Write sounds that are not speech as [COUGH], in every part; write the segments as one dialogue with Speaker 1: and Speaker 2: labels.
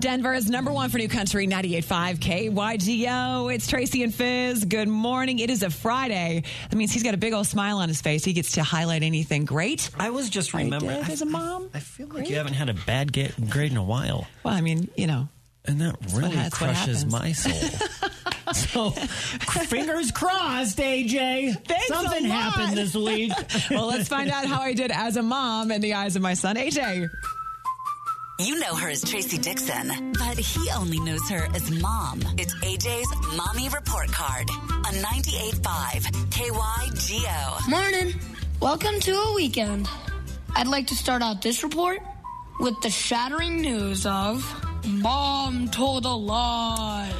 Speaker 1: Denver is number one for new country 98.5 KYGO. It's Tracy and Fizz. Good morning. It is a Friday. That means he's got a big old smile on his face. He gets to highlight anything great.
Speaker 2: I was just remembering.
Speaker 1: did
Speaker 2: I-
Speaker 1: as a mom.
Speaker 2: I, feel like you haven't had a bad ga- grade in a while,
Speaker 1: Well, I mean, you know,
Speaker 2: and that really
Speaker 1: ha- that's what
Speaker 2: crushes
Speaker 1: happens.
Speaker 2: my
Speaker 1: [LAUGHS]
Speaker 2: soul. so, fingers crossed, AJ.
Speaker 1: Thanks a
Speaker 2: Something
Speaker 1: lot.
Speaker 2: happened
Speaker 1: [LAUGHS]
Speaker 2: this week.
Speaker 1: well, let's find out how I did as a mom in the eyes of my son, AJ.
Speaker 3: You know her as Tracy Dixon, but he only knows her as mom. It's AJ's Mommy Report Card on 98.5 KYGO.
Speaker 4: Morning. Welcome to a weekend. I'd like to start out this report with the shattering news of Mom told a lie.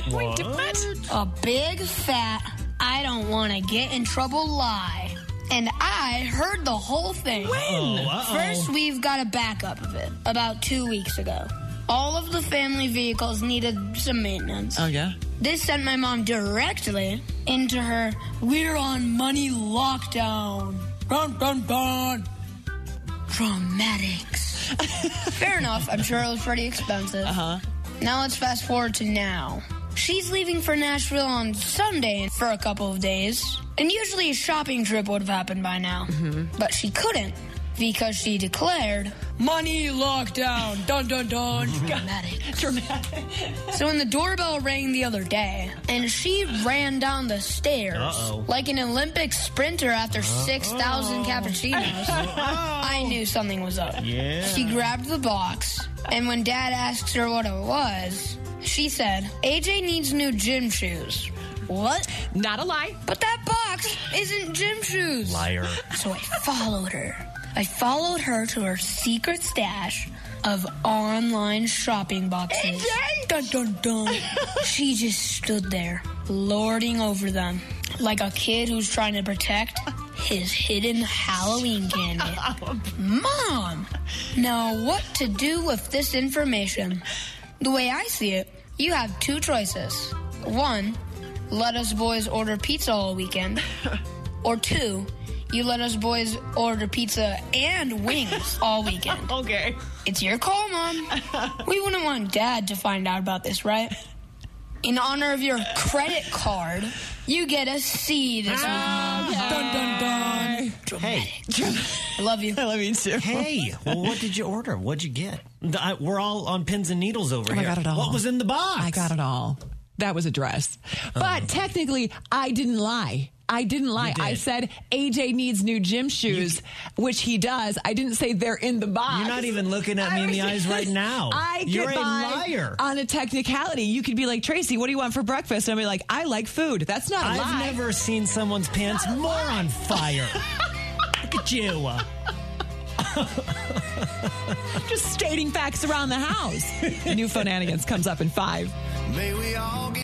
Speaker 4: A big fat, I don't want to get in trouble lie. And I heard the whole thing.
Speaker 2: Uh-oh, uh-oh.
Speaker 4: First, we've got a backup of it about two weeks ago. All of the family vehicles needed some maintenance.
Speaker 2: Oh,
Speaker 1: yeah?
Speaker 4: This sent my mom directly into her we're on money lockdown. Dun dun dun. Dramatics. Fair enough. I'm sure it was pretty expensive. Uh huh. Now let's fast forward to now. She's leaving for Nashville on Sunday for a couple of days, and usually a shopping trip would have happened by now. But she couldn't because she declared money lockdown. Dun dun dun. [LAUGHS] Dramatic.
Speaker 1: Dramatic.
Speaker 4: So when the doorbell rang the other day, and she ran down the stairs
Speaker 2: Uh-oh.
Speaker 4: like an Olympic sprinter after 6,000 [LAUGHS] cappuccinos, I knew something was up.
Speaker 2: Yeah.
Speaker 4: She grabbed the box, and when Dad asked her what it was, she said, AJ needs new gym shoes. What?
Speaker 1: Not a lie.
Speaker 4: But that box isn't gym shoes.
Speaker 2: Liar.
Speaker 4: So I followed her. I followed her to her secret stash of online shopping boxes. Dun, dun, dun. she just stood there, lording over them, like a kid who's trying to protect his hidden Halloween candy. Mom! Now, what to do with this information? The way I see it, you have two choices. One, let us boys order pizza all weekend. Or two, you let us boys order pizza and wings all weekend.
Speaker 1: Okay.
Speaker 4: It's your call, Mom. We wouldn't want Dad to find out about this, right? In honor of your credit card, you get a C this week. Dun, dun, dun.
Speaker 2: Hey,
Speaker 4: I love you.
Speaker 1: I love you too.
Speaker 2: hey. Well, what did you order? What'd you get? The- I- we're all on pins and needles over
Speaker 1: I
Speaker 2: here.
Speaker 1: got it all.
Speaker 2: What was in the box? Oh.
Speaker 1: I got it all. That was a dress. But technically, I didn't lie. I didn't lie.
Speaker 2: did.
Speaker 1: I said AJ needs new gym shoes, which he does. I didn't say they're in the box.
Speaker 2: You're not even looking at
Speaker 1: I
Speaker 2: me in the
Speaker 1: was-
Speaker 2: eyes
Speaker 1: [LAUGHS]
Speaker 2: right now.
Speaker 1: I could
Speaker 2: You're a
Speaker 1: buy
Speaker 2: liar.
Speaker 1: On a technicality, you could be like Tracy, "What do you want for breakfast?" And I'll be like, "I like food." That's not a
Speaker 2: I've
Speaker 1: lie.
Speaker 2: never seen someone's pants more
Speaker 1: [LAUGHS]
Speaker 2: on fire. Look at you. [LAUGHS]
Speaker 1: Just stating facts around the house. New phonanigans comes up in five.
Speaker 5: May we all get